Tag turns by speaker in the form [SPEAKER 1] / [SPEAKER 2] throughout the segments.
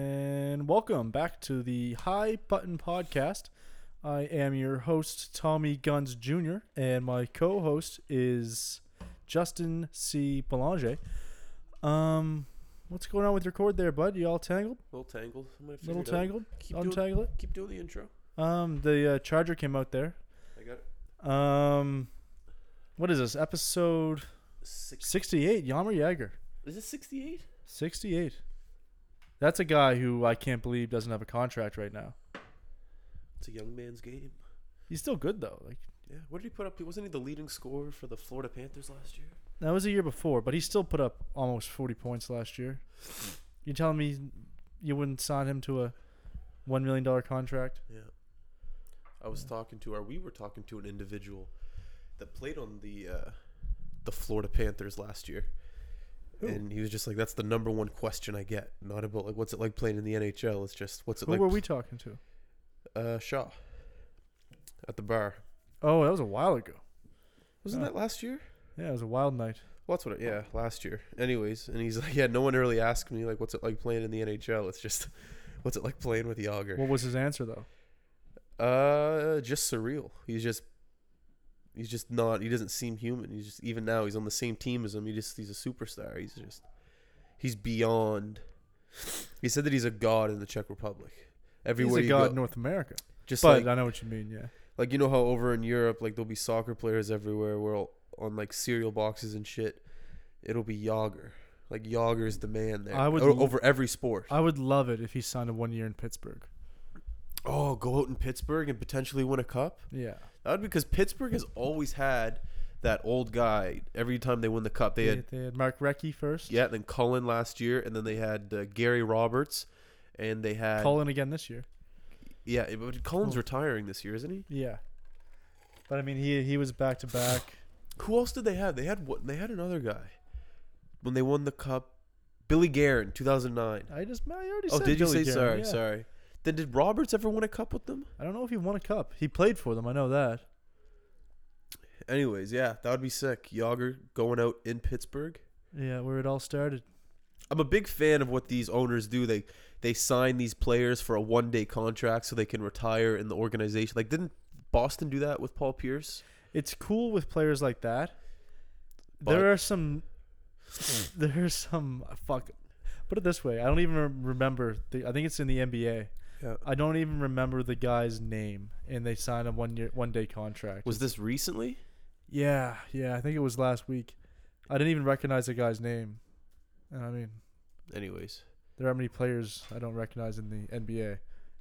[SPEAKER 1] and welcome back to the High Button Podcast. I am your host, Tommy Guns Jr., and my co host is Justin C. Belanger. Um, what's going on with your cord there, bud? You all tangled?
[SPEAKER 2] A little tangled. I might
[SPEAKER 1] A little
[SPEAKER 2] figure it out.
[SPEAKER 1] tangled?
[SPEAKER 2] Keep doing,
[SPEAKER 1] Untangle
[SPEAKER 2] keep doing the intro.
[SPEAKER 1] it? Um, the uh, charger came out there.
[SPEAKER 2] I got it.
[SPEAKER 1] Um, what is this? Episode
[SPEAKER 2] Six,
[SPEAKER 1] 68, Yammer Yager.
[SPEAKER 2] is it 68?
[SPEAKER 1] 68. That's a guy who I can't believe doesn't have a contract right now.
[SPEAKER 2] It's a young man's game.
[SPEAKER 1] He's still good though. Like
[SPEAKER 2] Yeah. What did he put up? Wasn't he the leading scorer for the Florida Panthers last year?
[SPEAKER 1] that was a year before, but he still put up almost 40 points last year. You telling me you wouldn't sign him to a 1 million dollar contract?
[SPEAKER 2] Yeah. I was talking to, or we were talking to an individual that played on the uh, the Florida Panthers last year.
[SPEAKER 1] Who?
[SPEAKER 2] And he was just like, that's the number one question I get. Not about, like, what's it like playing in the NHL? It's just, what's it
[SPEAKER 1] Who
[SPEAKER 2] like?
[SPEAKER 1] were we talking to?
[SPEAKER 2] Uh, Shaw at the bar.
[SPEAKER 1] Oh, that was a while ago.
[SPEAKER 2] Wasn't
[SPEAKER 1] Oh.
[SPEAKER 2] that last year?
[SPEAKER 1] Yeah, it was a wild night.
[SPEAKER 2] Well, that's what. It, yeah, last year. Anyways, and he's like, yeah, no one really asked me like, what's it like playing in the NHL? It's just, what's it like playing with Yager?
[SPEAKER 1] What was his answer though?
[SPEAKER 2] Uh, just surreal. He's just, he's just not. He doesn't seem human. He's just even now. He's on the same team as him. He just, he's a superstar. He's just, he's beyond. He said that he's a god in the Czech Republic. Everywhere
[SPEAKER 1] He's a
[SPEAKER 2] you
[SPEAKER 1] god
[SPEAKER 2] go,
[SPEAKER 1] in North America.
[SPEAKER 2] just
[SPEAKER 1] but
[SPEAKER 2] like
[SPEAKER 1] I know what you mean, yeah.
[SPEAKER 2] like you know how over in Europe, like there'll be soccer players everywhere. We're all on like cereal boxes and shit. It'll be Yager. Like Yager is the man there.
[SPEAKER 1] I would
[SPEAKER 2] O-
[SPEAKER 1] l-
[SPEAKER 2] over every sport.
[SPEAKER 1] I would love it if he signed a one year in Pittsburgh.
[SPEAKER 2] oh, go out in Pittsburgh and potentially win a cup.
[SPEAKER 1] Yeah.
[SPEAKER 2] That would because Pittsburgh has always had that old guy. Every time they win the cup, they
[SPEAKER 1] They
[SPEAKER 2] had
[SPEAKER 1] had, they had Mark Recchi first.
[SPEAKER 2] yeah. Then Cullen last year, and then they had uh, Gary Roberts, and they had
[SPEAKER 1] Cullen again this year.
[SPEAKER 2] yeah. But Cullen's
[SPEAKER 1] Oh.
[SPEAKER 2] retiring this year, isn't he?
[SPEAKER 1] Yeah. But I mean, he he was back to back.
[SPEAKER 2] Who else did they have? They had what? They had another guy when they won the cup. Billy Guerin, two thousand nine.
[SPEAKER 1] I just I already
[SPEAKER 2] Oh,
[SPEAKER 1] said
[SPEAKER 2] did
[SPEAKER 1] Billy
[SPEAKER 2] you say
[SPEAKER 1] Graham,
[SPEAKER 2] sorry?
[SPEAKER 1] yeah.
[SPEAKER 2] Sorry. Then did Roberts ever win a cup with them?
[SPEAKER 1] I don't know if he won a cup. He played for them. I know that.
[SPEAKER 2] Anyways, yeah, that would be sick. Yager going out in Pittsburgh.
[SPEAKER 1] Yeah, where it all started.
[SPEAKER 2] I'm a big fan of what these owners do. They they sign these players for a one day contract so they can retire in the organization. Like, didn't Boston do that with Paul Pierce?
[SPEAKER 1] It's cool with players like that.
[SPEAKER 2] But-
[SPEAKER 1] there are some. there are some uh, fuck. Put it this way, I don't even rem- remember. The, I think it's in the NBA.
[SPEAKER 2] Yeah.
[SPEAKER 1] I don't even remember the guy's name, and they signed a one year, one day contract.
[SPEAKER 2] Was this recently?
[SPEAKER 1] yeah, yeah. I think it was last week. I didn't even recognize the guy's name. And I mean,
[SPEAKER 2] Anyways,
[SPEAKER 1] there are many players I don't recognize in the NBA,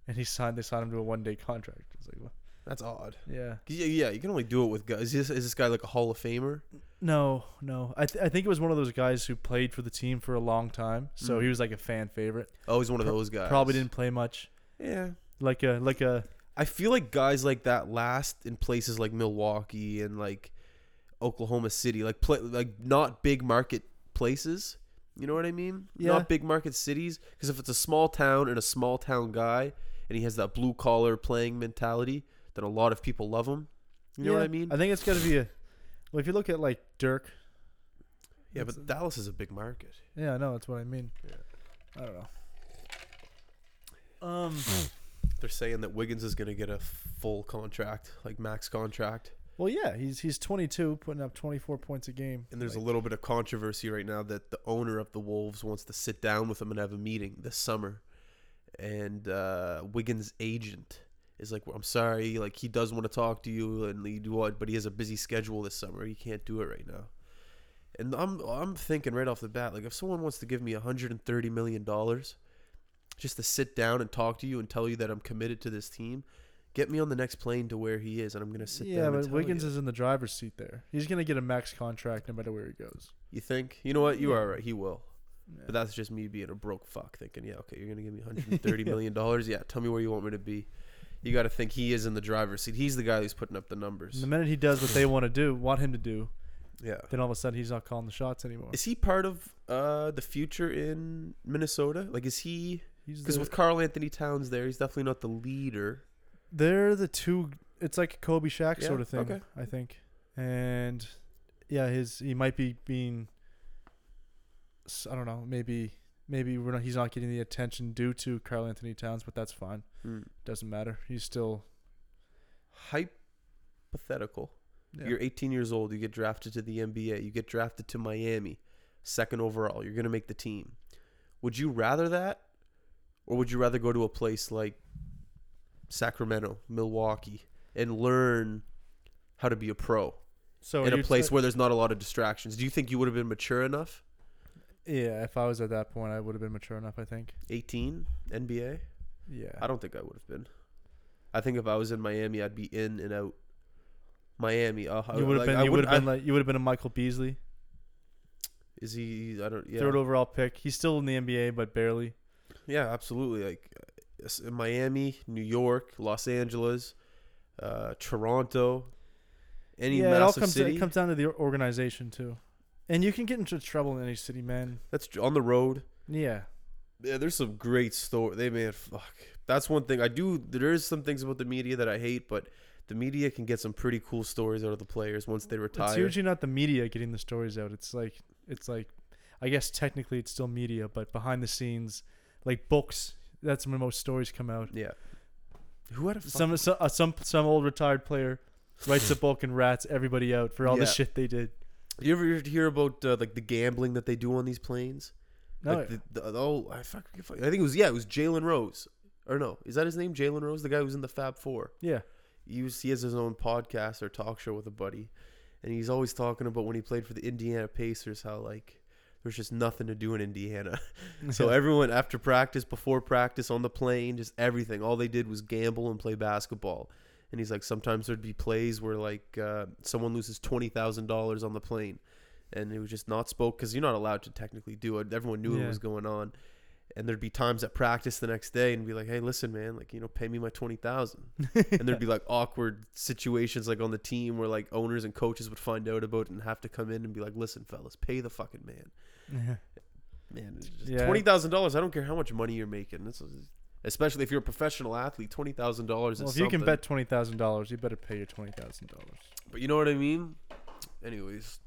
[SPEAKER 1] and he signed. They signed him to a one day contract. It's like, wha-
[SPEAKER 2] that's odd.
[SPEAKER 1] yeah,
[SPEAKER 2] Yeah, yeah, you can only do it with guys. Is this, is this guy like a Hall of Famer?
[SPEAKER 1] no, no. I th- I think it was one of those guys who played for the team for a long time, so
[SPEAKER 2] Mm.
[SPEAKER 1] he was like a fan favorite.
[SPEAKER 2] Oh, he's one of
[SPEAKER 1] Pro-
[SPEAKER 2] those guys.
[SPEAKER 1] Probably didn't play much.
[SPEAKER 2] Yeah.
[SPEAKER 1] Like a like a
[SPEAKER 2] I feel like guys like that last in places like Milwaukee and like Oklahoma City, like pla like not big market places. You know what I mean?
[SPEAKER 1] Yeah.
[SPEAKER 2] Not big market cities, because if it's a small town and a small town guy, and he has that blue collar playing mentality, then a lot of people love him. You know what
[SPEAKER 1] yeah,
[SPEAKER 2] I mean?
[SPEAKER 1] I think it's got to be a. Well, if you look at like Dirk,
[SPEAKER 2] yeah, but Dallas is a big market.
[SPEAKER 1] yeah, I know that's what I mean.
[SPEAKER 2] Yeah.
[SPEAKER 1] I don't know. Um.
[SPEAKER 2] They're saying that Wiggins is going to get a full contract, like max contract.
[SPEAKER 1] Well, yeah, he's he's 22, putting up 24 points a game.
[SPEAKER 2] And there's
[SPEAKER 1] like,
[SPEAKER 2] a little bit of controversy right now that the owner of the Wolves wants to sit down with them and have a meeting this summer. And uh, Wiggins' agent is like, "Well, "I'm sorry, like he does want to talk to you and you do what, but he has a busy schedule this summer. He can't do it right now." And I'm I'm thinking right off the bat, like if someone wants to give me 130 million dollars just to sit down and talk to you and tell you that I'm committed to this team, get me on the next plane to where he is, and I'm gonna sit
[SPEAKER 1] yeah,
[SPEAKER 2] down.
[SPEAKER 1] but
[SPEAKER 2] and tell
[SPEAKER 1] Wiggins
[SPEAKER 2] you.
[SPEAKER 1] is in the driver's seat there. He's gonna get a max contract no matter where he goes.
[SPEAKER 2] You think? You know what? You
[SPEAKER 1] Yeah.
[SPEAKER 2] are right. He will. But that's just me being a broke fuck thinking, yeah, okay, you're gonna give me 130 million dollars. Yeah, tell me where you want me to be. You got to think he is in the driver's seat. He's the guy who's putting up the
[SPEAKER 1] And
[SPEAKER 2] numbers.
[SPEAKER 1] the minute he does what they want to do, want him to do,
[SPEAKER 2] Yeah.
[SPEAKER 1] then all of a sudden he's not calling the shots anymore.
[SPEAKER 2] Is he part of uh, the future in Minnesota? Like, is he?
[SPEAKER 1] He's
[SPEAKER 2] Because
[SPEAKER 1] the-
[SPEAKER 2] with Carl Anthony Towns there, he's definitely not the leader.
[SPEAKER 1] they're the two. It's like a Kobe Shaq
[SPEAKER 2] Yeah,
[SPEAKER 1] sort of thing,
[SPEAKER 2] okay.
[SPEAKER 1] I think. And yeah, his he might be being. s- I don't know. Maybe maybe we're not, he's not getting the attention due to Carl Anthony Towns, but that's fine.
[SPEAKER 2] Hmm.
[SPEAKER 1] Doesn't matter. He's still
[SPEAKER 2] Hypothetical.
[SPEAKER 1] Yeah.
[SPEAKER 2] You're 18 years old. You get drafted to the NBA. You get drafted to Miami, second overall. You're gonna make the team. Would you rather that, or would you rather go to a place like Sacramento, Milwaukee, and learn how to be a pro
[SPEAKER 1] so
[SPEAKER 2] in
[SPEAKER 1] are
[SPEAKER 2] a
[SPEAKER 1] you t-
[SPEAKER 2] place where there's not a lot of distractions? Do you think you would have been mature enough?
[SPEAKER 1] yeah, if I was at that point, I would have been mature enough. I think.
[SPEAKER 2] 18 NBA.
[SPEAKER 1] Yeah.
[SPEAKER 2] I don't think I would have been. I think if I was in Miami, I'd be in and out. Miami. Uh, I-
[SPEAKER 1] you would have
[SPEAKER 2] like,
[SPEAKER 1] been.
[SPEAKER 2] I
[SPEAKER 1] You would have
[SPEAKER 2] I-
[SPEAKER 1] been like. You would have been a Michael Beasley,
[SPEAKER 2] Is he? I don't. Yeah.
[SPEAKER 1] third overall pick. He's still in the NBA, but barely.
[SPEAKER 2] Yeah, absolutely. Like uh, s- Miami, New York, Los Angeles, uh, Toronto, any
[SPEAKER 1] yeah, it all
[SPEAKER 2] massive
[SPEAKER 1] comes.
[SPEAKER 2] city.
[SPEAKER 1] It comes down to the organization too, and you can get into trouble in any city, man.
[SPEAKER 2] that's j- on the road.
[SPEAKER 1] Yeah.
[SPEAKER 2] Yeah, there's some great story. They man, fuck. That's one thing I do. There is some things about the media that I hate, but the media can get some pretty cool stories out of the players once they retire.
[SPEAKER 1] It's usually not the media getting the stories out. It's like it's like I guess technically it's still media, but behind the scenes, like books, that's when most stories come out.
[SPEAKER 2] Yeah. Who had a fuck-
[SPEAKER 1] Some some uh, some, some old retired player writes a book and rats everybody out for all the
[SPEAKER 2] Yeah.
[SPEAKER 1] shit they did.
[SPEAKER 2] You ever hear about uh, like the gambling that they do on these planes?
[SPEAKER 1] No,
[SPEAKER 2] Like, the, the, oh, I fuck, I think it was yeah, it was Jalen Rose, or no, is that his name? Jalen Rose, the guy who's in the Fab Four.
[SPEAKER 1] yeah,
[SPEAKER 2] He, was, he has his own podcast or talk show with a buddy, and he's always talking about when he played for the Indiana Pacers, how like there's just nothing to do in Indiana. so everyone after practice, before practice, on the plane, just everything. All they did was gamble and play basketball. And he's like, sometimes there'd be plays where like uh, someone loses twenty thousand dollars on the plane, and it was just not spoke because you're not allowed to technically do it. Everyone knew
[SPEAKER 1] Yeah.
[SPEAKER 2] what was going on. And there'd be times at practice the next day, and be like, "Hey, listen, man, like you know, pay me my twenty thousand and there'd be like awkward situations like on the team where like owners and coaches would find out about it and have to come in and be like, "Listen, fellas, pay the fucking man." Man, it's just-
[SPEAKER 1] Yeah.
[SPEAKER 2] twenty thousand dollars. I don't care how much money you're making. This is, especially if you're a professional athlete, twenty thousand dollars.
[SPEAKER 1] well,
[SPEAKER 2] is
[SPEAKER 1] if you can
[SPEAKER 2] something.
[SPEAKER 1] bet twenty thousand dollars, you better pay your twenty thousand dollars.
[SPEAKER 2] but you know what I mean. Anyways,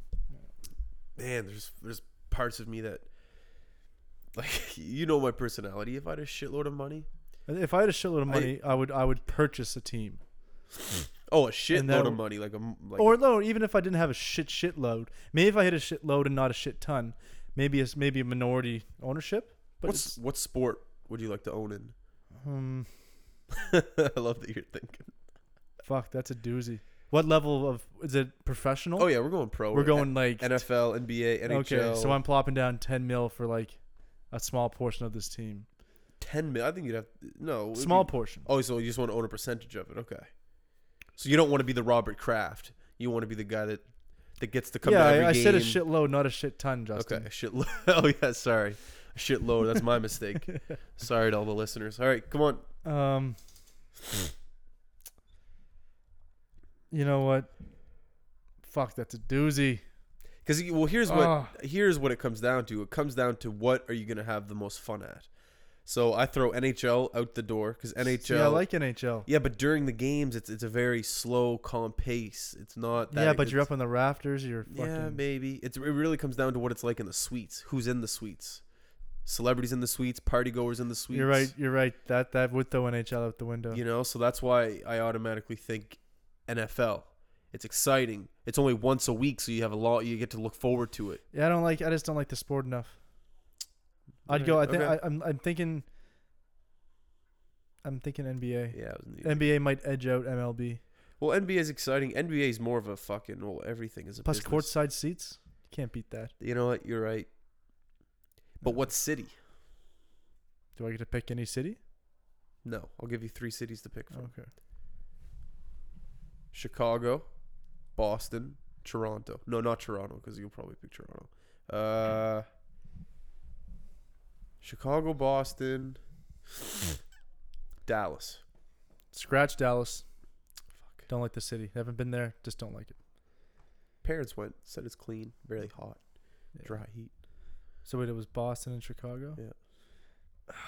[SPEAKER 2] man, there's there's parts of me that. Like you know my personality. If I had a shitload of money,
[SPEAKER 1] If I had a shitload of
[SPEAKER 2] I-
[SPEAKER 1] money, I, would I would purchase a team.
[SPEAKER 2] oh a
[SPEAKER 1] And that
[SPEAKER 2] shitload of
[SPEAKER 1] would-
[SPEAKER 2] money, like a m- like
[SPEAKER 1] or no, even if I didn't have a shit shit load, maybe if I had a shit load and not a shit ton, maybe it's maybe a minority ownership. But
[SPEAKER 2] what's
[SPEAKER 1] it's-
[SPEAKER 2] what sport would you like to own in?
[SPEAKER 1] um,
[SPEAKER 2] I love that you're thinking.
[SPEAKER 1] fuck, that's a doozy. What level of is it professional?
[SPEAKER 2] Oh yeah, we're going pro.
[SPEAKER 1] we're going like
[SPEAKER 2] NFL, NBA, NHL.
[SPEAKER 1] okay. So I'm plopping down ten mil for like a small portion of this team.
[SPEAKER 2] ten mil. I think you'd have no it'd
[SPEAKER 1] Small
[SPEAKER 2] Be,
[SPEAKER 1] portion.
[SPEAKER 2] oh, so you just want to own a percentage of it. Okay. So you don't want to be the Robert Kraft. You want to be the guy that that gets to come.
[SPEAKER 1] yeah,
[SPEAKER 2] to every
[SPEAKER 1] I, I
[SPEAKER 2] game.
[SPEAKER 1] said a shit load, not a shit ton, Justin.
[SPEAKER 2] Okay, a shit. Lo- oh yeah, sorry, a shit load. That's my mistake. sorry to all the listeners. All right, come on.
[SPEAKER 1] Um, you know what? Fuck, that's a doozy.
[SPEAKER 2] Because well, here's what
[SPEAKER 1] Ah.
[SPEAKER 2] here's what it comes down to. It comes down to what are you gonna have the most fun at. So I throw NHL out the door because NHL.
[SPEAKER 1] Yeah, I like NHL.
[SPEAKER 2] Yeah, but during the games, it's it's a very slow, calm pace. It's not. That
[SPEAKER 1] Yeah, but you're
[SPEAKER 2] it's-
[SPEAKER 1] up on the rafters. You're fucking.
[SPEAKER 2] Yeah, maybe it's it really comes down to what it's like in the suites. Who's in the suites? Celebrities in the suites, party goers in the suites.
[SPEAKER 1] you're right. You're right. That that would throw NHL out the window.
[SPEAKER 2] You know, so that's why I automatically think NFL. It's exciting. It's only once a week, so you have a lot. You get to look forward to it.
[SPEAKER 1] Yeah, I don't like. I just don't like the sport enough. I'd go. I
[SPEAKER 2] Alright,
[SPEAKER 1] think
[SPEAKER 2] okay.
[SPEAKER 1] I, I'm. I'm thinking. I'm thinking NBA.
[SPEAKER 2] Yeah. it was-
[SPEAKER 1] NBA might edge out MLB.
[SPEAKER 2] Well, NBA is exciting. NBA is more of a fucking. Well, everything is a
[SPEAKER 1] Plus
[SPEAKER 2] business.
[SPEAKER 1] courtside seats. Can't beat that.
[SPEAKER 2] You know what? You're right. But what city?
[SPEAKER 1] Do I get to pick any city?
[SPEAKER 2] No, I'll give you three cities to pick from.
[SPEAKER 1] Okay.
[SPEAKER 2] Chicago, Boston, Toronto. No, not Toronto because you'll probably pick Toronto. Uh, Chicago, Boston, Dallas.
[SPEAKER 1] Scratch Dallas.
[SPEAKER 2] Fuck.
[SPEAKER 1] Don't like the city. Haven't been there. Just don't like it.
[SPEAKER 2] Parents went said it's clean, barely hot,
[SPEAKER 1] Yeah.
[SPEAKER 2] dry heat.
[SPEAKER 1] So wait, it was Boston and Chicago.
[SPEAKER 2] Yeah.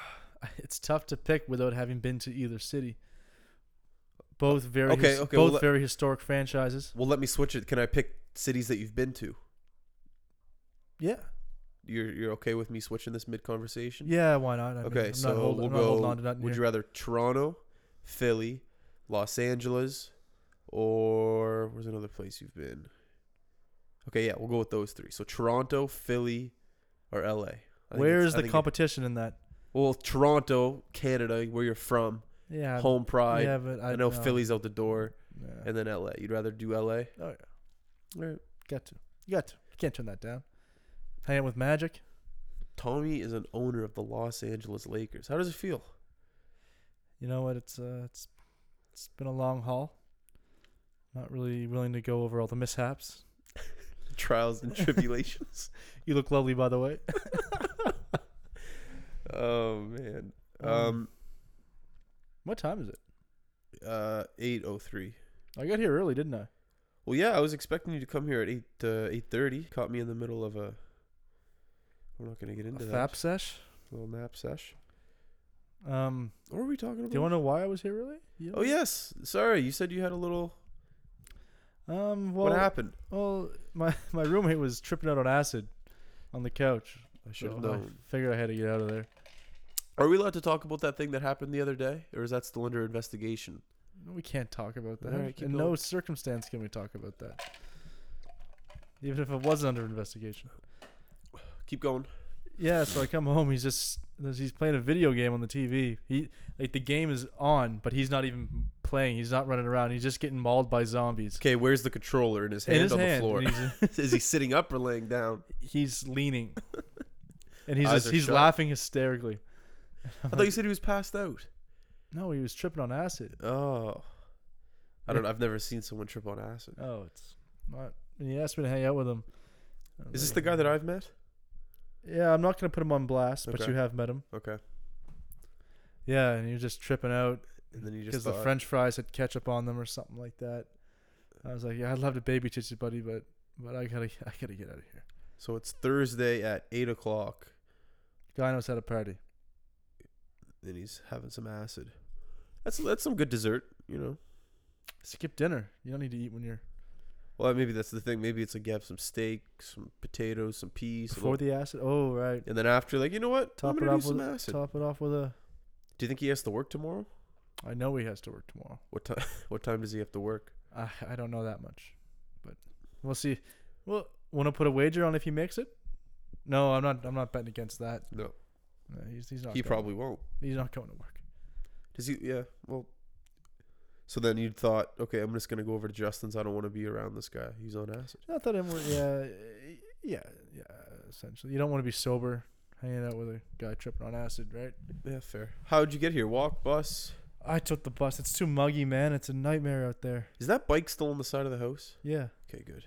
[SPEAKER 1] It's tough to pick without having been to either city. Both very
[SPEAKER 2] Okay,
[SPEAKER 1] his-
[SPEAKER 2] okay, well,
[SPEAKER 1] both
[SPEAKER 2] let-
[SPEAKER 1] very historic franchises.
[SPEAKER 2] Well, let me switch it. Can I pick cities that you've been to?
[SPEAKER 1] Yeah.
[SPEAKER 2] You're you're okay with me switching this mid conversation?
[SPEAKER 1] Yeah, why not? I mean,
[SPEAKER 2] okay,
[SPEAKER 1] I'm
[SPEAKER 2] so
[SPEAKER 1] not hold-
[SPEAKER 2] we'll
[SPEAKER 1] I'm not holding
[SPEAKER 2] go.
[SPEAKER 1] on to nothing
[SPEAKER 2] would
[SPEAKER 1] here.
[SPEAKER 2] you rather Toronto, Philly, Los Angeles, or where's another place you've been? Okay, yeah, we'll go with those three. So Toronto, Philly, or LA. I think it's-
[SPEAKER 1] Where's
[SPEAKER 2] I
[SPEAKER 1] the
[SPEAKER 2] think it-
[SPEAKER 1] competition in that?
[SPEAKER 2] Well, Toronto, Canada, where you're from,
[SPEAKER 1] Yeah,
[SPEAKER 2] home pride.
[SPEAKER 1] Yeah, but I,
[SPEAKER 2] I know
[SPEAKER 1] no.
[SPEAKER 2] Philly's out the door,
[SPEAKER 1] Yeah.
[SPEAKER 2] and then LA. You'd rather do LA?
[SPEAKER 1] Oh yeah,
[SPEAKER 2] All right.
[SPEAKER 1] got to, you got to. You can't turn that down. Hang out with Magic.
[SPEAKER 2] Tommy is an owner of the Los Angeles Lakers. How does it feel?
[SPEAKER 1] You know what? It's uh, it's it's been a long haul. Not really willing to go over all the mishaps.
[SPEAKER 2] Trials and tribulations.
[SPEAKER 1] You look lovely, by the way.
[SPEAKER 2] oh man. Um
[SPEAKER 1] Um, What time is it?
[SPEAKER 2] uh 803.
[SPEAKER 1] I got here early, didn't I?
[SPEAKER 2] Well, yeah, I was expecting you to come here at 8 uh, 8:30. Caught me in the middle of a We're not going to get
[SPEAKER 1] A
[SPEAKER 2] into that.
[SPEAKER 1] fap sesh.
[SPEAKER 2] Little nap sesh.
[SPEAKER 1] Um,
[SPEAKER 2] What were we talking about?
[SPEAKER 1] do you want to know why I was here early? You
[SPEAKER 2] oh yes. Sorry, you said you had a little
[SPEAKER 1] Um, well,
[SPEAKER 2] What happened?
[SPEAKER 1] well, my my roommate was tripping out on acid on the couch.
[SPEAKER 2] I
[SPEAKER 1] So
[SPEAKER 2] should have
[SPEAKER 1] I
[SPEAKER 2] known.
[SPEAKER 1] figured I had to get out of there.
[SPEAKER 2] Are we allowed to talk about that thing that happened the other day or is that still under investigation?
[SPEAKER 1] We can't talk about that.
[SPEAKER 2] All right, keep
[SPEAKER 1] In no
[SPEAKER 2] going.
[SPEAKER 1] circumstance can we talk about that. Even if it wasn't under investigation.
[SPEAKER 2] Keep going.
[SPEAKER 1] Yeah, so I come home. He's just he's playing a video game on the TV. He like the game is on, but he's not even playing. He's not running around. He's just getting mauled by zombies.
[SPEAKER 2] Okay, where's the controller in his hand
[SPEAKER 1] In his
[SPEAKER 2] on
[SPEAKER 1] hand,
[SPEAKER 2] the floor?
[SPEAKER 1] and he's,
[SPEAKER 2] is he sitting up or laying down?
[SPEAKER 1] he's leaning, and he's
[SPEAKER 2] Eyes
[SPEAKER 1] just,
[SPEAKER 2] are
[SPEAKER 1] he's
[SPEAKER 2] shut.
[SPEAKER 1] laughing hysterically.
[SPEAKER 2] I thought you said he was passed out.
[SPEAKER 1] No, he was tripping on acid.
[SPEAKER 2] Oh. I don't know. I've never seen someone trip on acid.
[SPEAKER 1] Oh, it's not. And he asked me to hang out with him. I was
[SPEAKER 2] Is this
[SPEAKER 1] like,
[SPEAKER 2] the guy that I've met?
[SPEAKER 1] Yeah, I'm not gonna put him on blast, but
[SPEAKER 2] Okay.
[SPEAKER 1] you have met him.
[SPEAKER 2] Okay.
[SPEAKER 1] Yeah, and he was just tripping out
[SPEAKER 2] And then you just
[SPEAKER 1] because the
[SPEAKER 2] thought,
[SPEAKER 1] French fries had ketchup on them or something like that. I was like, yeah, I'd love to babysit you, buddy, but but I gotta I gotta get out of here.
[SPEAKER 2] So it's Thursday at eight o'clock
[SPEAKER 1] Guy knows how to party.
[SPEAKER 2] and he's having some acid. That's that's some good dessert, you know.
[SPEAKER 1] Skip dinner. You don't need to eat when you're
[SPEAKER 2] Well maybe that's the thing. Maybe it's like you have some steak, some potatoes, some peas,
[SPEAKER 1] before the acid. Oh right.
[SPEAKER 2] and then after like, you know what?
[SPEAKER 1] Top
[SPEAKER 2] I'm
[SPEAKER 1] it
[SPEAKER 2] gonna do
[SPEAKER 1] off with
[SPEAKER 2] some
[SPEAKER 1] a-
[SPEAKER 2] acid.
[SPEAKER 1] top it off with a.
[SPEAKER 2] Do you think he has to work tomorrow?
[SPEAKER 1] I know he has to work tomorrow.
[SPEAKER 2] What time what time does he have to work?
[SPEAKER 1] I I don't know that much, but we'll see. Well, want to put a wager on if he makes it? No, I'm not. I'm not betting against that.
[SPEAKER 2] No.
[SPEAKER 1] No, he's he's not.
[SPEAKER 2] He
[SPEAKER 1] going.
[SPEAKER 2] probably won't.
[SPEAKER 1] he's not going to work.
[SPEAKER 2] Does he? Yeah. Well. So then you thought, okay, I'm just gonna go over to Justin's. I don't want to be around this guy. He's on acid.
[SPEAKER 1] Not that I'm. wor- Yeah, yeah, yeah. Essentially, you don't want to be sober hanging out with a guy tripping on acid, right?
[SPEAKER 2] Yeah, fair. How'd you get here? Walk, bus.
[SPEAKER 1] I took the bus. It's too muggy, man. It's a nightmare out there.
[SPEAKER 2] Is that bike still on the side of the house?
[SPEAKER 1] Yeah.
[SPEAKER 2] Okay, good.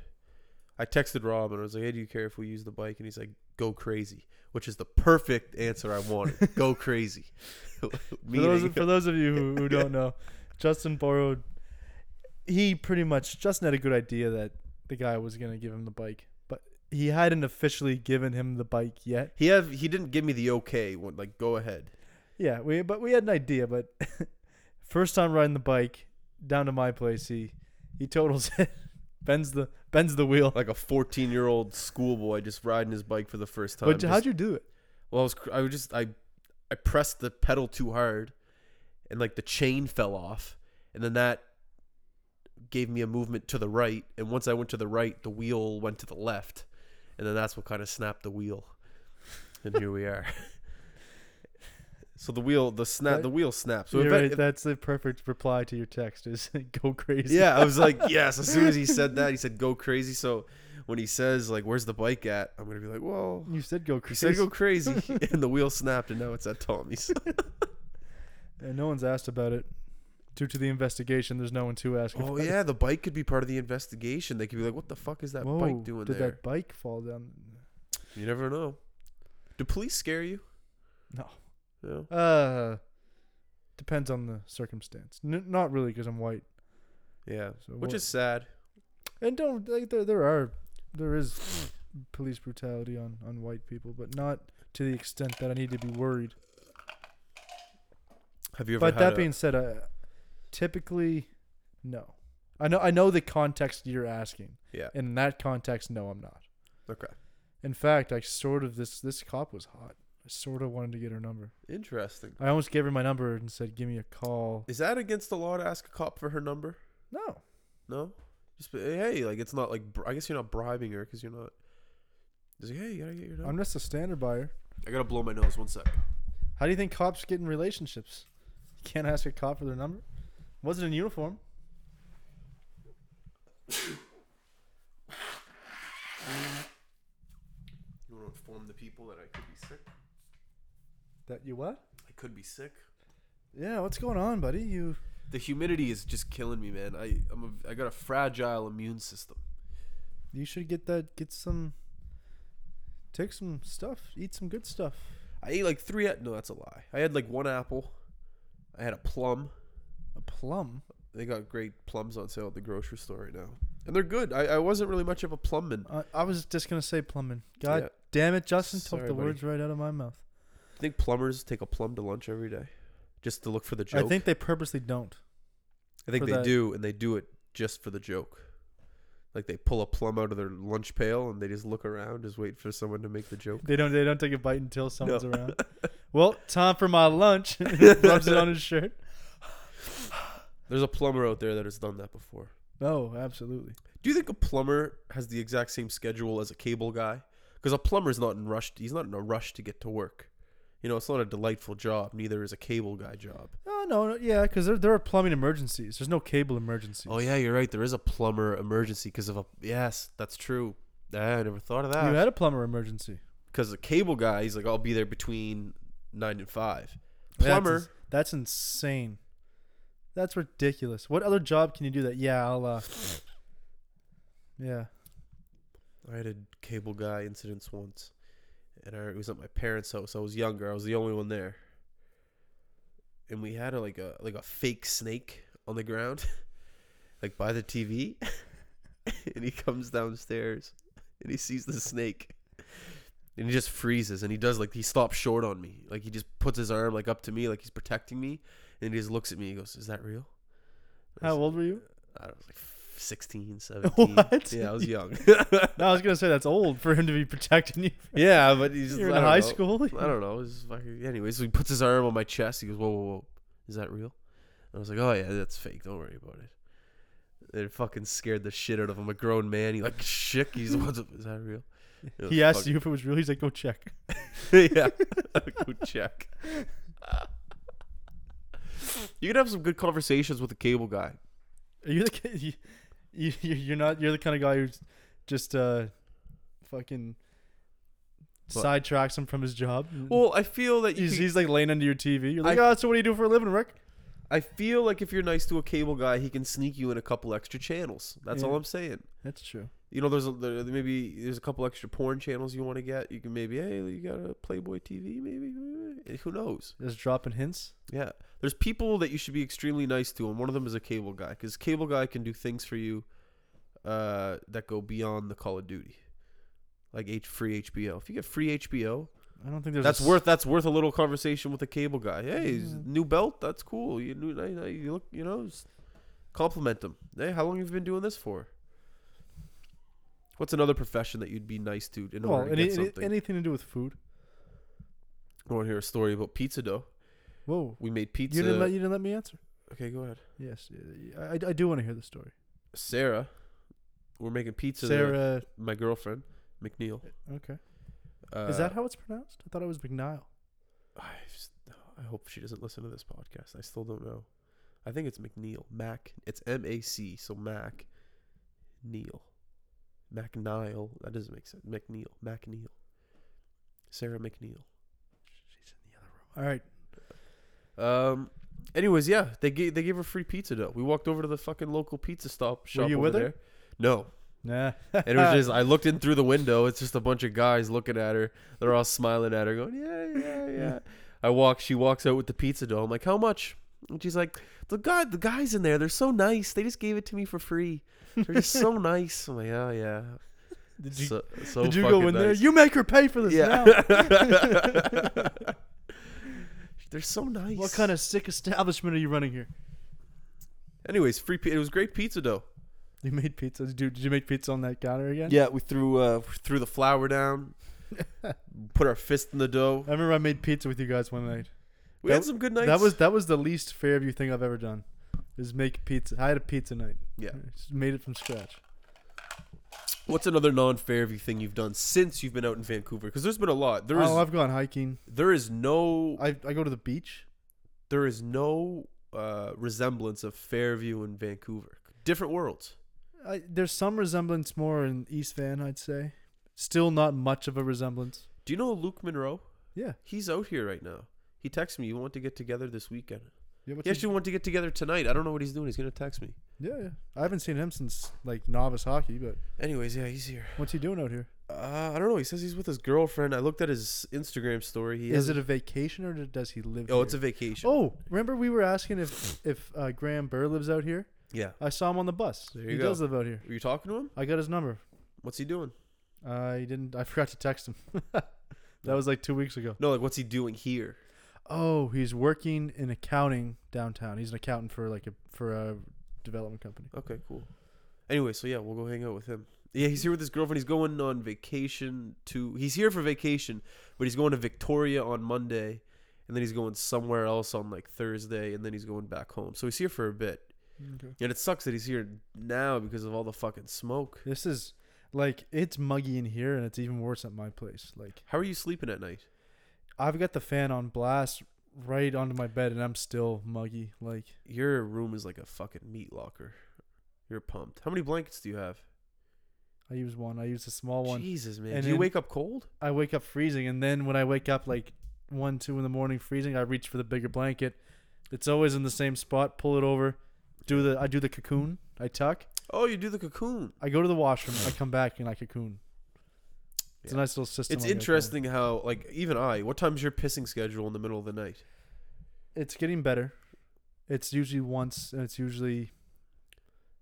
[SPEAKER 2] I texted Rob and I was like, hey, do you care if we use the bike? And he's like, go crazy, which is the perfect answer I wanted. go crazy.
[SPEAKER 1] For
[SPEAKER 2] Meaning,
[SPEAKER 1] those, for those of you who, who don't know, Justin borrowed. He pretty much Justin had a good idea that the guy was gonna give him the bike, but he hadn't officially given him the bike yet.
[SPEAKER 2] he have he didn't give me the okay when like go ahead.
[SPEAKER 1] Yeah, we but we had an idea, but first time riding the bike down to my place, he he totals it, bends the bends the wheel.
[SPEAKER 2] Like a 14 year old schoolboy just riding his bike for the first time.
[SPEAKER 1] But
[SPEAKER 2] just-
[SPEAKER 1] how'd you do it?
[SPEAKER 2] Well, I was cr- I was just I I pressed the pedal too hard, and like the chain fell off, and then that gave me a movement to the right, and once I went to the right, the wheel went to the left, and then that's what kind of snapped the wheel, and here we are. So the wheel, the snap, the wheel snapped. So
[SPEAKER 1] You're
[SPEAKER 2] event-
[SPEAKER 1] right, that's the perfect reply to your text is go crazy.
[SPEAKER 2] yeah, I was like, yes. As soon as he said that, he said go crazy. So when he says like, "Where's the bike at?" I'm gonna be like, "Well,
[SPEAKER 1] You said go
[SPEAKER 2] he
[SPEAKER 1] crazy.
[SPEAKER 2] said go crazy," and the wheel snapped, and now it's at Tommy's.
[SPEAKER 1] and no one's asked about it. Due to the investigation, there's no one to ask.
[SPEAKER 2] Oh
[SPEAKER 1] about it.
[SPEAKER 2] yeah, the bike could be part of the investigation. They could be like, "What the fuck is that
[SPEAKER 1] Whoa,
[SPEAKER 2] bike doing
[SPEAKER 1] did
[SPEAKER 2] there?"
[SPEAKER 1] that bike fall down?
[SPEAKER 2] You never know. Do police scare you?
[SPEAKER 1] No.
[SPEAKER 2] No.
[SPEAKER 1] Uh, depends on the circumstance. N- not really, because I'm white.
[SPEAKER 2] Yeah.
[SPEAKER 1] So
[SPEAKER 2] Which
[SPEAKER 1] what-
[SPEAKER 2] is sad.
[SPEAKER 1] and don't like there there are there is police brutality on on white people, but not to the extent that I need to be worried.
[SPEAKER 2] Have you ever?
[SPEAKER 1] But
[SPEAKER 2] had
[SPEAKER 1] that
[SPEAKER 2] a-
[SPEAKER 1] being said, uh, typically, no. I know I know the context you're asking.
[SPEAKER 2] Yeah.
[SPEAKER 1] In that context, no, I'm not.
[SPEAKER 2] okay.
[SPEAKER 1] In fact, I sort of this this cop was hot. I sort of wanted to get her number.
[SPEAKER 2] Interesting.
[SPEAKER 1] I almost gave her my number and said, "Give me a call."
[SPEAKER 2] Is that against the law to ask a cop for her number?
[SPEAKER 1] No,
[SPEAKER 2] No. Just be, hey, like it's not like br- I guess you're not bribing her because you're not. Just like, hey, you gotta get your number.
[SPEAKER 1] I'm just a standard buyer.
[SPEAKER 2] I gotta blow my nose. One sec.
[SPEAKER 1] How do you think cops get in relationships? You can't ask a cop for their number. Wasn't in uniform.
[SPEAKER 2] You want to inform the people that I could be sick.
[SPEAKER 1] That you what?
[SPEAKER 2] I could be sick.
[SPEAKER 1] Yeah, what's going on, buddy? You
[SPEAKER 2] The humidity is just killing me, man. I I'm a, I got a fragile immune system.
[SPEAKER 1] you should get that get some take some stuff, eat some good stuff.
[SPEAKER 2] I ate like three. a- No, that's a lie. I had like one apple. I had a plum.
[SPEAKER 1] A plum.
[SPEAKER 2] They got great plums on sale at the grocery store right now, and they're good. I, I wasn't really much of a plumman.
[SPEAKER 1] I, I was just gonna say plumbing. God
[SPEAKER 2] Yeah.
[SPEAKER 1] damn it, Justin
[SPEAKER 2] Sorry,
[SPEAKER 1] took the
[SPEAKER 2] buddy.
[SPEAKER 1] words right out of my mouth.
[SPEAKER 2] I think plumbers take a plum to lunch every day, just to look for the joke.
[SPEAKER 1] I think they purposely don't.
[SPEAKER 2] I think
[SPEAKER 1] for
[SPEAKER 2] they
[SPEAKER 1] that-
[SPEAKER 2] do, and they do it just for the joke. Like they pull a plum out of their lunch pail and they just look around, just wait for someone to make the joke.
[SPEAKER 1] They don't. They don't take a bite until someone's around. Well, time for my lunch. Rubs it on his shirt.
[SPEAKER 2] There's a plumber out there that has done that before.
[SPEAKER 1] No, absolutely.
[SPEAKER 2] Do you think a plumber has the exact same schedule as a cable guy? Because a plumber's not in rush. He's not in a rush to get to work. You know, it's not a delightful job. Neither is a cable guy job.
[SPEAKER 1] Oh no, no yeah, because there, there are plumbing emergencies. There's no cable emergencies.
[SPEAKER 2] Oh yeah, you're right. There is a plumber emergency because of a yes. That's true. Yeah, I never thought of that.
[SPEAKER 1] You had a plumber emergency.
[SPEAKER 2] because the cable guy, he's like, I'll be there between nine and five.
[SPEAKER 1] That's
[SPEAKER 2] Plumber,
[SPEAKER 1] ins- That's, insane. That's ridiculous. What other job can you do that? Yeah, I'll. Uh, yeah.
[SPEAKER 2] I had a cable guy incidents once, and I, it was at my parents' house. I was younger. I was the only one there, and we had a, like a like a fake snake on the ground, like by the TV, and he comes downstairs, and he sees the snake. And he just freezes and he does like he stops short on me. Like he just puts his arm like up to me like he's protecting me and he just looks at me he goes, "Is that real?" I
[SPEAKER 1] How
[SPEAKER 2] was-
[SPEAKER 1] old were you?
[SPEAKER 2] I don't know, like 16, 17.
[SPEAKER 1] What?
[SPEAKER 2] Yeah, I was young.
[SPEAKER 1] No, I was gonna say that's old for him to be protecting you.
[SPEAKER 2] Yeah, but he's
[SPEAKER 1] You're
[SPEAKER 2] I
[SPEAKER 1] in
[SPEAKER 2] don't
[SPEAKER 1] high
[SPEAKER 2] know.
[SPEAKER 1] school.
[SPEAKER 2] I don't know. It's fucking. Anyways, so he puts his arm on my chest. He goes, "Whoa, whoa, whoa! Is that real?" And I was like, "Oh yeah, that's fake. Don't worry about it." It fucking scared the shit out of him. A grown man. He like shook. He's what's up? Is that real? It was
[SPEAKER 1] He asked
[SPEAKER 2] fucking-
[SPEAKER 1] you if it was real. He's like, go check.
[SPEAKER 2] yeah. Go check. you could have some good conversations with the cable guy.
[SPEAKER 1] Are you the ki- you, you you- you're not you're the kind of guy who's just uh fucking
[SPEAKER 2] What?
[SPEAKER 1] sidetracks him from his job.
[SPEAKER 2] Well, I feel that you.
[SPEAKER 1] he's,
[SPEAKER 2] could-
[SPEAKER 1] he's like laying under your TV. You're like,
[SPEAKER 2] I-
[SPEAKER 1] oh, so what do you do for a living, Rick?
[SPEAKER 2] I feel like if you're nice to a cable guy, he can sneak you in a couple extra channels. That's
[SPEAKER 1] Yeah.
[SPEAKER 2] all I'm saying.
[SPEAKER 1] That's true.
[SPEAKER 2] you know, there's a, there, there maybe there's a couple extra porn channels you want to get. You can maybe, hey, you got a Playboy TV, maybe. Eh, Who knows?
[SPEAKER 1] Just dropping hints.
[SPEAKER 2] Yeah, there's people that you should be extremely nice to, and one of them is a cable guy, because cable guy can do things for you uh, that go beyond the Call of Duty, like H- free HBO. If you get free HBO,
[SPEAKER 1] I don't think there's a
[SPEAKER 2] that's
[SPEAKER 1] s-
[SPEAKER 2] worth that's worth a little conversation with the cable guy. Hey, s-
[SPEAKER 1] Mhm.
[SPEAKER 2] new belt, that's cool. You new, you- you look, you know, s- compliment them. Hey, how long have you been doing this for? What's another profession that you'd be nice to in
[SPEAKER 1] well,
[SPEAKER 2] order to
[SPEAKER 1] any,
[SPEAKER 2] get
[SPEAKER 1] any-
[SPEAKER 2] something?
[SPEAKER 1] anything to do with food.
[SPEAKER 2] I want to hear a story about pizza dough.
[SPEAKER 1] Whoa,
[SPEAKER 2] We made pizza.
[SPEAKER 1] you didn't let you didn't let me answer.
[SPEAKER 2] okay, go ahead.
[SPEAKER 1] Yes, y- I, I do want to hear the story.
[SPEAKER 2] Sarah, we're making pizza. there-
[SPEAKER 1] Sarah,
[SPEAKER 2] my girlfriend McNeil.
[SPEAKER 1] Okay.
[SPEAKER 2] Uh,
[SPEAKER 1] is that how it's pronounced? I thought it was McNeil.
[SPEAKER 2] I, s- I hope she doesn't listen to this podcast. I still don't know. I think it's McNeil. Mac. It's M A C. So Mac. Neil. McNeil. That doesn't make sense. McNeil. McNeil. Sarah McNeil.
[SPEAKER 1] She's in the other room. All right.
[SPEAKER 2] Um. Anyways, yeah, they gave they gave her free pizza though. We walked over to the fucking local pizza stop shop
[SPEAKER 1] you
[SPEAKER 2] over
[SPEAKER 1] with her?
[SPEAKER 2] there. No,
[SPEAKER 1] Nah.
[SPEAKER 2] and it was just I looked in through the window. It's just a bunch of guys looking at her. They're all smiling at her, going, "Yeah, yeah, yeah." I walk. She walks out with the pizza dough. I'm like, "How much?" And she's like, "The guy, the guys in there, they're so nice. They just gave it to me for free. They're just so nice." I'm like, "Oh yeah."
[SPEAKER 1] Did you,
[SPEAKER 2] so, so
[SPEAKER 1] did you go
[SPEAKER 2] fucking
[SPEAKER 1] in there?
[SPEAKER 2] nice.
[SPEAKER 1] You make her pay for this now.
[SPEAKER 2] yeah. they're so nice.
[SPEAKER 1] What kind of sick establishment are you running here?
[SPEAKER 2] Anyways, free. pi- It was great pizza dough.
[SPEAKER 1] You made pizza, dude. Did you make pizza on that counter again?
[SPEAKER 2] Yeah, we threw uh, threw the flour down, put our fist in the dough.
[SPEAKER 1] I remember I made pizza with you guys one night.
[SPEAKER 2] We
[SPEAKER 1] That-
[SPEAKER 2] had some good nights.
[SPEAKER 1] That was that was the least Fairview thing I've ever done. Is make pizza. I had a pizza night.
[SPEAKER 2] yeah.
[SPEAKER 1] I just made it from scratch.
[SPEAKER 2] What's another non-Fairview thing you've done since you've been out in Vancouver? Because there's been a lot. There is
[SPEAKER 1] oh, I've gone hiking.
[SPEAKER 2] there is no
[SPEAKER 1] I I go to the beach.
[SPEAKER 2] there is no uh, resemblance of Fairview and Vancouver. Different worlds.
[SPEAKER 1] I, there's some resemblance more in East Van, I'd say. Still not much of a resemblance.
[SPEAKER 2] Do you know Luke Monroe?
[SPEAKER 1] Yeah.
[SPEAKER 2] He's out here right now. He texted me. You want to get together this weekend?
[SPEAKER 1] Yeah, what's
[SPEAKER 2] He
[SPEAKER 1] his-
[SPEAKER 2] actually want to get together tonight. I don't know what he's doing. He's gonna text me.
[SPEAKER 1] yeah, yeah. I haven't seen him since like novice hockey, but
[SPEAKER 2] Anyways, yeah, he's here.
[SPEAKER 1] what's he doing out here?
[SPEAKER 2] Uh, I don't know. He says he's with his girlfriend. I looked at his Instagram story. He
[SPEAKER 1] Is
[SPEAKER 2] has-
[SPEAKER 1] it a vacation or does he live
[SPEAKER 2] Oh, it's a
[SPEAKER 1] here?
[SPEAKER 2] vacation.
[SPEAKER 1] Oh, remember we were asking if if uh, Graham Burr lives out here?
[SPEAKER 2] yeah.
[SPEAKER 1] I saw him on the bus.
[SPEAKER 2] There you
[SPEAKER 1] he
[SPEAKER 2] go.
[SPEAKER 1] does live out here.
[SPEAKER 2] Are you talking to him?
[SPEAKER 1] I got his number.
[SPEAKER 2] What's he doing?
[SPEAKER 1] I didn't. I forgot to text him. that was like two weeks ago.
[SPEAKER 2] No, like what's he doing here?
[SPEAKER 1] Oh, he's working in accounting downtown. He's an accountant for like a for a development company.
[SPEAKER 2] Okay, cool. Anyway, so yeah, we'll go hang out with him. Yeah, he's here with his girlfriend. He's going on vacation to. He's here for vacation, but he's going to Victoria on Monday, and then he's going somewhere else on like Thursday, and then he's going back home. So he's here for a bit, and it sucks that he's here now because of all the fucking smoke.
[SPEAKER 1] This is like it's muggy in here, and it's even worse at my place. Like
[SPEAKER 2] How are you sleeping at night?
[SPEAKER 1] I've got the fan on blast right onto my bed, and I'm still muggy. Like
[SPEAKER 2] Your room is like a fucking meat locker. You're pumped. How many blankets do you have?
[SPEAKER 1] I use one. I use a small one.
[SPEAKER 2] Jesus, man.
[SPEAKER 1] And
[SPEAKER 2] do you
[SPEAKER 1] then-
[SPEAKER 2] wake up cold?
[SPEAKER 1] I wake up freezing, and then when I wake up like one, two in the morning, freezing, I reach for the bigger blanket. It's always in the same spot. Pull it over. Do the I do the cocoon. I tuck.
[SPEAKER 2] Oh, you do the cocoon.
[SPEAKER 1] I go to the washroom. I come back and I cocoon. It's a
[SPEAKER 2] Yeah.
[SPEAKER 1] nice little system.
[SPEAKER 2] It's
[SPEAKER 1] I got going.
[SPEAKER 2] interesting how, like, even I, what time's your pissing schedule in the middle of the night?
[SPEAKER 1] It's getting better. It's usually once, and it's usually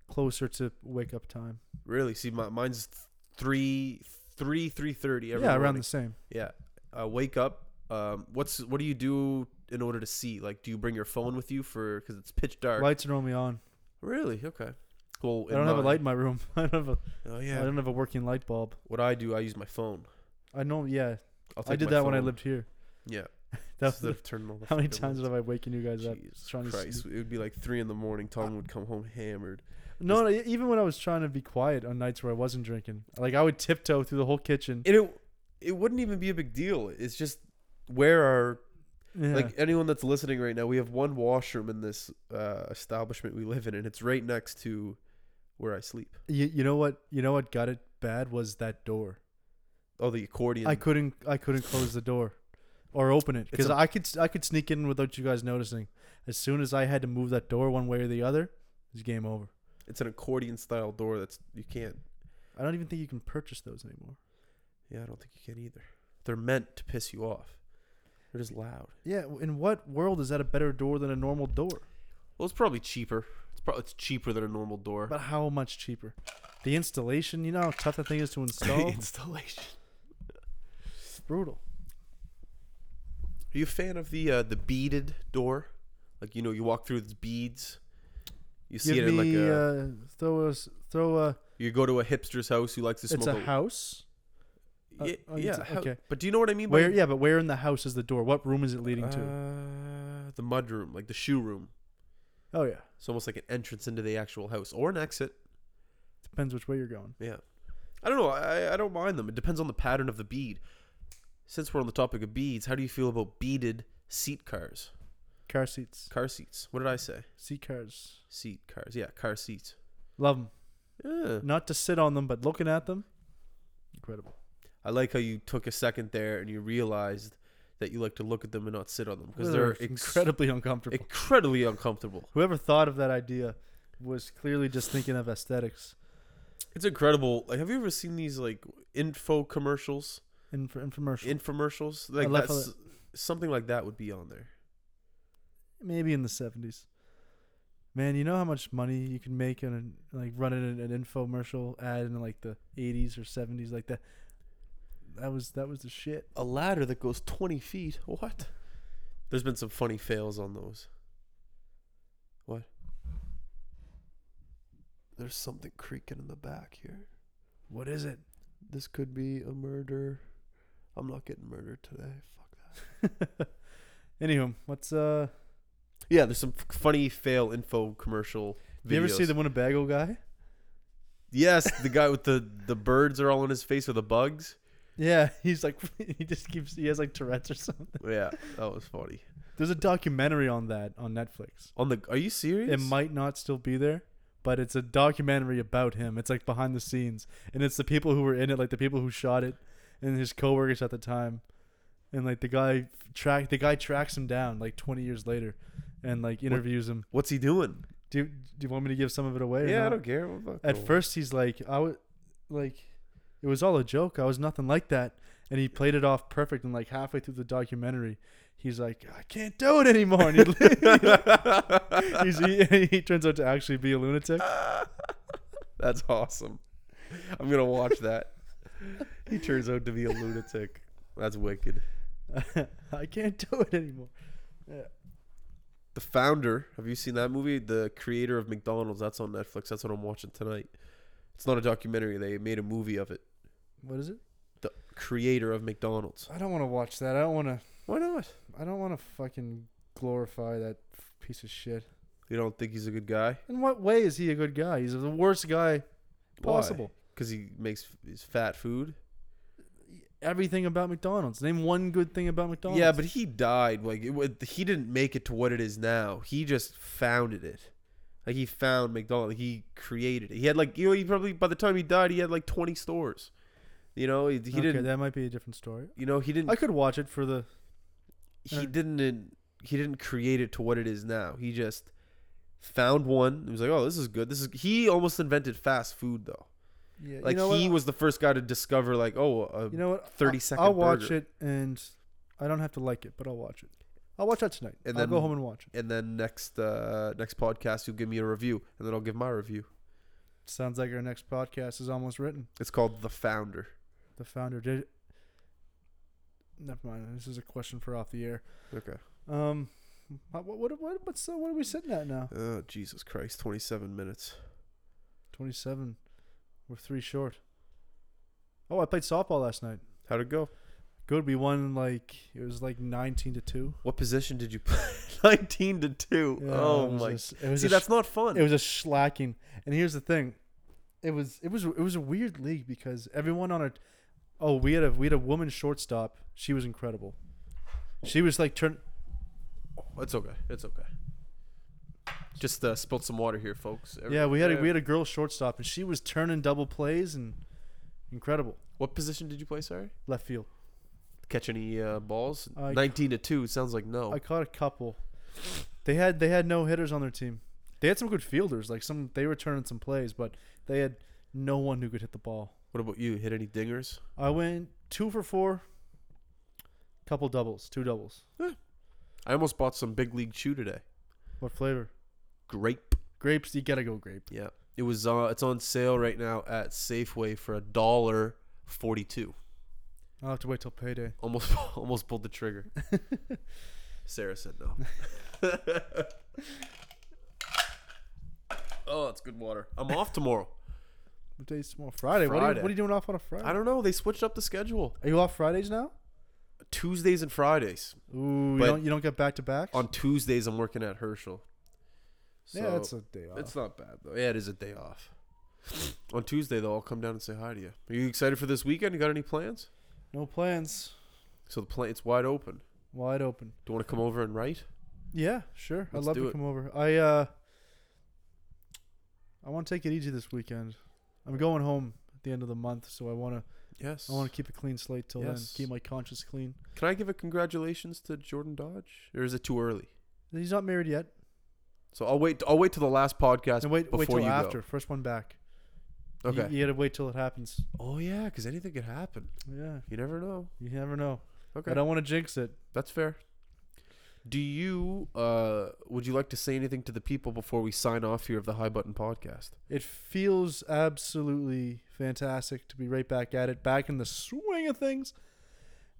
[SPEAKER 1] closer to wake up time.
[SPEAKER 2] Really? See, my, mine's th- three, three, three thirty every
[SPEAKER 1] yeah, around
[SPEAKER 2] morning.
[SPEAKER 1] the same.
[SPEAKER 2] yeah. I wake up. Um, what's what do you do in order to see? Like, do you bring your phone with you for because it's pitch dark?
[SPEAKER 1] Lights are normally on.
[SPEAKER 2] Really? Okay. Well,
[SPEAKER 1] I
[SPEAKER 2] in
[SPEAKER 1] don't have a
[SPEAKER 2] mine-
[SPEAKER 1] light in my room. I don't have a.
[SPEAKER 2] Oh
[SPEAKER 1] I
[SPEAKER 2] yeah.
[SPEAKER 1] don't have a working light bulb.
[SPEAKER 2] what I do, I use my phone.
[SPEAKER 1] I know. Yeah,
[SPEAKER 2] I'll take
[SPEAKER 1] I did
[SPEAKER 2] my
[SPEAKER 1] that when I
[SPEAKER 2] phone.
[SPEAKER 1] lived here.
[SPEAKER 2] Yeah.
[SPEAKER 1] That
[SPEAKER 2] So
[SPEAKER 1] was,
[SPEAKER 2] they've turned all the
[SPEAKER 1] how many
[SPEAKER 2] fucking
[SPEAKER 1] times
[SPEAKER 2] lights
[SPEAKER 1] have I waken you guys up?
[SPEAKER 2] Jesus
[SPEAKER 1] trying to
[SPEAKER 2] Christ, it would be like three in the morning. Tom would come home hammered.
[SPEAKER 1] No, no, even when I was trying to be quiet on nights where I wasn't drinking, like I would tiptoe through the whole kitchen.
[SPEAKER 2] And it it wouldn't even be a big deal. It's just where our
[SPEAKER 1] Yeah.
[SPEAKER 2] Like anyone that's listening right now, we have one washroom in this uh, establishment we live in, and it's right next to where I sleep.
[SPEAKER 1] you, you know what? You know what got it bad was that door.
[SPEAKER 2] Oh, the accordion.
[SPEAKER 1] I couldn't I couldn't close the door or open it
[SPEAKER 2] It's
[SPEAKER 1] because
[SPEAKER 2] a-
[SPEAKER 1] I could I could sneak in without you guys noticing. As soon as I had to move that door one way or the other, it's game over.
[SPEAKER 2] it's an accordion style door that's you can't.
[SPEAKER 1] I don't even think you can purchase those anymore.
[SPEAKER 2] Yeah, I don't think you can either. They're meant to piss you off. They're just loud.
[SPEAKER 1] Yeah, w- in what world is that a better door than a normal door?
[SPEAKER 2] Well, it's probably cheaper. It's probably it's cheaper than a normal door.
[SPEAKER 1] But how much cheaper? The installation, you know how tough that thing is to install.
[SPEAKER 2] Installation.
[SPEAKER 1] it's brutal.
[SPEAKER 2] Are you a fan of the uh, the beaded door? Like you know, you walk through these beads. You see
[SPEAKER 1] Give
[SPEAKER 2] it in
[SPEAKER 1] me
[SPEAKER 2] like a.
[SPEAKER 1] uh, throw us throw a.
[SPEAKER 2] you go to a hipster's house who likes to smoke.
[SPEAKER 1] It's a house. uh,
[SPEAKER 2] Yeah,
[SPEAKER 1] oh,
[SPEAKER 2] yeah
[SPEAKER 1] it's a-
[SPEAKER 2] how-
[SPEAKER 1] okay.
[SPEAKER 2] But do you know what I mean? by
[SPEAKER 1] Where? Yeah, but where in the house is the door? What room is it leading to?
[SPEAKER 2] Uh, the mud room, like the shoe room.
[SPEAKER 1] Oh yeah,
[SPEAKER 2] It's almost like an entrance into the actual house or an exit.
[SPEAKER 1] depends which way you're going.
[SPEAKER 2] Yeah. I don't know. I, I don't mind them. It depends on the pattern of the bead. Since we're on the topic of beads, how do you feel about beaded seat cars?
[SPEAKER 1] Car seats,
[SPEAKER 2] Car seats. What did I say?
[SPEAKER 1] seat cars.
[SPEAKER 2] Seat cars. Yeah, car seats.
[SPEAKER 1] Love them.
[SPEAKER 2] Yeah.
[SPEAKER 1] Not to sit on them, but looking at them, incredible.
[SPEAKER 2] I like how you took a second there and you realized that you like to look at them and not sit on them because
[SPEAKER 1] They're
[SPEAKER 2] they're ex-
[SPEAKER 1] incredibly uncomfortable.
[SPEAKER 2] incredibly uncomfortable.
[SPEAKER 1] Whoever thought of that idea was clearly just thinking of aesthetics
[SPEAKER 2] It's incredible. Like, have you ever seen these like info commercials?
[SPEAKER 1] and for infomercial.
[SPEAKER 2] infomercials like
[SPEAKER 1] love how
[SPEAKER 2] that's something like that would be on there
[SPEAKER 1] Maybe in the seventies. Man, you know how much money you can make in a, like running an, an infomercial ad in like the eighties or seventies, like that. That was that was the shit.
[SPEAKER 2] a ladder that goes 20 feet what there's been some funny fails on those what There's something creaking in the back here.
[SPEAKER 1] What is it?
[SPEAKER 2] This could be a murder. I'm not getting murdered today. Fuck that.
[SPEAKER 1] Anywho, what's uh?
[SPEAKER 2] Yeah, there's some f- funny fail info commercial. Videos.
[SPEAKER 1] You ever see the Winnebago guy?
[SPEAKER 2] Yes, the guy with the the birds are all on his face with the bugs.
[SPEAKER 1] Yeah, he's like he just keeps he has like Tourette's or something.
[SPEAKER 2] Yeah, that was funny.
[SPEAKER 1] There's a documentary on that on Netflix.
[SPEAKER 2] On the Are you serious?
[SPEAKER 1] It might not still be there, but it's a documentary about him. It's like behind the scenes, and it's the people who were in it, like the people who shot it, and his coworkers at the time, and like the guy f- track the guy tracks him down like 20 years later, and like interviews him.
[SPEAKER 2] What's he doing?
[SPEAKER 1] Do you, do you want me to give some of it away? or
[SPEAKER 2] yeah, I
[SPEAKER 1] not?
[SPEAKER 2] don't care. What about
[SPEAKER 1] At
[SPEAKER 2] Cole?
[SPEAKER 1] first, he's like, I was like, it was all a joke. I was nothing like that. And he played it off perfect. And like halfway through the documentary, he's like, I can't do it anymore. And he, he's, he, he turns out to actually be a lunatic.
[SPEAKER 2] That's awesome. I'm gonna watch that. he turns out to be a lunatic. That's wicked.
[SPEAKER 1] I can't do it anymore.
[SPEAKER 2] The founder. Have you seen that movie? The creator of McDonald's. That's on Netflix. That's what I'm watching tonight. It's not a documentary. They made a movie of it.
[SPEAKER 1] What is it?
[SPEAKER 2] The creator of McDonald's.
[SPEAKER 1] I don't want to watch that. I don't want to.
[SPEAKER 2] Why not?
[SPEAKER 1] I don't want to fucking glorify that f- piece of shit.
[SPEAKER 2] You don't think he's a good guy?
[SPEAKER 1] In what way is he a good guy? He's the worst guy possible.
[SPEAKER 2] Because he makes his fat food.
[SPEAKER 1] Everything about McDonald's. Name one good thing about McDonald's.
[SPEAKER 2] Yeah, but he died. Like it, wa- he didn't make it to what it is now. He just founded it. Like he found McDonald's. He created it. He had like you know he probably by the time he died he had like twenty stores. You know he, he
[SPEAKER 1] okay,
[SPEAKER 2] didn't.
[SPEAKER 1] That might be a different story.
[SPEAKER 2] You know he didn't.
[SPEAKER 1] I could watch it for the.
[SPEAKER 2] he didn't. in- He didn't create it to what it is now. He just found one. and was like, oh, this is good. This is. He almost invented fast food though.
[SPEAKER 1] Yeah,
[SPEAKER 2] Like he was the first guy to discover like oh a
[SPEAKER 1] You know what?
[SPEAKER 2] 30
[SPEAKER 1] I-
[SPEAKER 2] second
[SPEAKER 1] I'll watch
[SPEAKER 2] burger.
[SPEAKER 1] it, and I don't have to like it, but I'll watch it. I'll watch that tonight.
[SPEAKER 2] And
[SPEAKER 1] I'll go
[SPEAKER 2] then-
[SPEAKER 1] home and watch it.
[SPEAKER 2] and then next uh, next podcast you'll give me a review and then I'll give my review.
[SPEAKER 1] Sounds like our next podcast is almost written.
[SPEAKER 2] It's called The Founder.
[SPEAKER 1] The founder did. Never mind. This is a question for off the air.
[SPEAKER 2] Okay.
[SPEAKER 1] Um, what what what what's uh, what are we sitting at now?
[SPEAKER 2] Oh Jesus Christ! Twenty-seven minutes.
[SPEAKER 1] Twenty seven. We're three short. Oh, I played softball last night.
[SPEAKER 2] How'd it go?
[SPEAKER 1] Good. We won like it was like nineteen to two.
[SPEAKER 2] What position did you play? Nineteen to two.
[SPEAKER 1] Yeah,
[SPEAKER 2] oh
[SPEAKER 1] it was
[SPEAKER 2] my!
[SPEAKER 1] a s- it was
[SPEAKER 2] See,
[SPEAKER 1] a
[SPEAKER 2] that's not fun.
[SPEAKER 1] It was a slacking. And here's the thing, it was it was it was a weird league because everyone on our oh we had a we had a woman shortstop. She was incredible. She was like turn.
[SPEAKER 2] it's okay. It's okay. Just uh, spilled some water here, folks. Every-
[SPEAKER 1] Yeah, we had a, we had a girl shortstop, and she was turning double plays and incredible
[SPEAKER 2] What position did you play? Sorry.
[SPEAKER 1] left field.
[SPEAKER 2] Catch any uh, balls?
[SPEAKER 1] I-
[SPEAKER 2] Nineteen to two sounds like no.
[SPEAKER 1] I caught a couple. They had they had no hitters on their team. They had some good fielders, like some they were turning some plays, but they had no one who could hit the ball.
[SPEAKER 2] what about you? Hit any dingers?
[SPEAKER 1] I went two for four, couple doubles, two doubles.
[SPEAKER 2] I almost bought some big league chew today.
[SPEAKER 1] What flavor?
[SPEAKER 2] Grape.
[SPEAKER 1] Grapes, you gotta go grape.
[SPEAKER 2] Yeah. It was. Uh, it's on sale right now at Safeway for a dollar forty-two.
[SPEAKER 1] I'll have to wait till payday.
[SPEAKER 2] Almost almost pulled the trigger. Sarah said no. oh, it's good water. I'm off tomorrow.
[SPEAKER 1] What day is tomorrow? Friday. What, are
[SPEAKER 2] Friday.
[SPEAKER 1] you, what are you doing off on a Friday?
[SPEAKER 2] I don't know. They switched up the schedule.
[SPEAKER 1] are you off Fridays now?
[SPEAKER 2] Tuesdays and Fridays.
[SPEAKER 1] Ooh, you
[SPEAKER 2] But-
[SPEAKER 1] don't you don't get back to backs?
[SPEAKER 2] On Tuesdays, I'm working at Herschel.
[SPEAKER 1] yeah, that's a day off.
[SPEAKER 2] it's not bad though. Yeah, it is a day off. On Tuesday though, I'll come down and say hi to you. Are you excited for this weekend? You got any plans?
[SPEAKER 1] no plans.
[SPEAKER 2] So the plan it's wide open.
[SPEAKER 1] Wide open.
[SPEAKER 2] Do you want to come over and write?
[SPEAKER 1] Yeah, sure.
[SPEAKER 2] Let's
[SPEAKER 1] I'd love
[SPEAKER 2] do
[SPEAKER 1] to
[SPEAKER 2] it.
[SPEAKER 1] come over. I uh I want to take it easy this weekend. I'm going home at the end of the month, so I want to
[SPEAKER 2] Yes.
[SPEAKER 1] I want to keep a clean slate till then.
[SPEAKER 2] Yes.
[SPEAKER 1] Keep my conscience clean.
[SPEAKER 2] Can I give a congratulations to Jordan Dodge? Or is it too early?
[SPEAKER 1] He's not married yet.
[SPEAKER 2] So I'll wait. I'll wait till the last podcast.
[SPEAKER 1] And wait
[SPEAKER 2] before
[SPEAKER 1] wait till
[SPEAKER 2] you
[SPEAKER 1] after. First one back.
[SPEAKER 2] Go. Okay.
[SPEAKER 1] You, you gotta wait till it happens.
[SPEAKER 2] Oh yeah, because anything could happen.
[SPEAKER 1] Yeah.
[SPEAKER 2] You never know.
[SPEAKER 1] You never know.
[SPEAKER 2] Okay,
[SPEAKER 1] I don't want to jinx it.
[SPEAKER 2] that's fair. Do you? Uh, would you like to say anything to the people before we sign off here of the High Button Podcast?
[SPEAKER 1] It feels absolutely fantastic to be right back at it, back in the swing of things.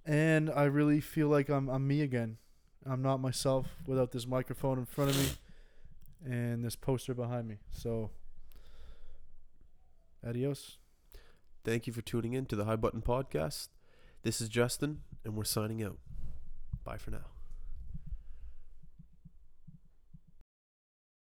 [SPEAKER 1] And I really feel like I'm, I'm me again. I'm not myself without this microphone in front of me and this poster behind me. So Adios.
[SPEAKER 2] Thank you for tuning in to the High Button Podcast. This is Justin, and we're signing out. Bye for now.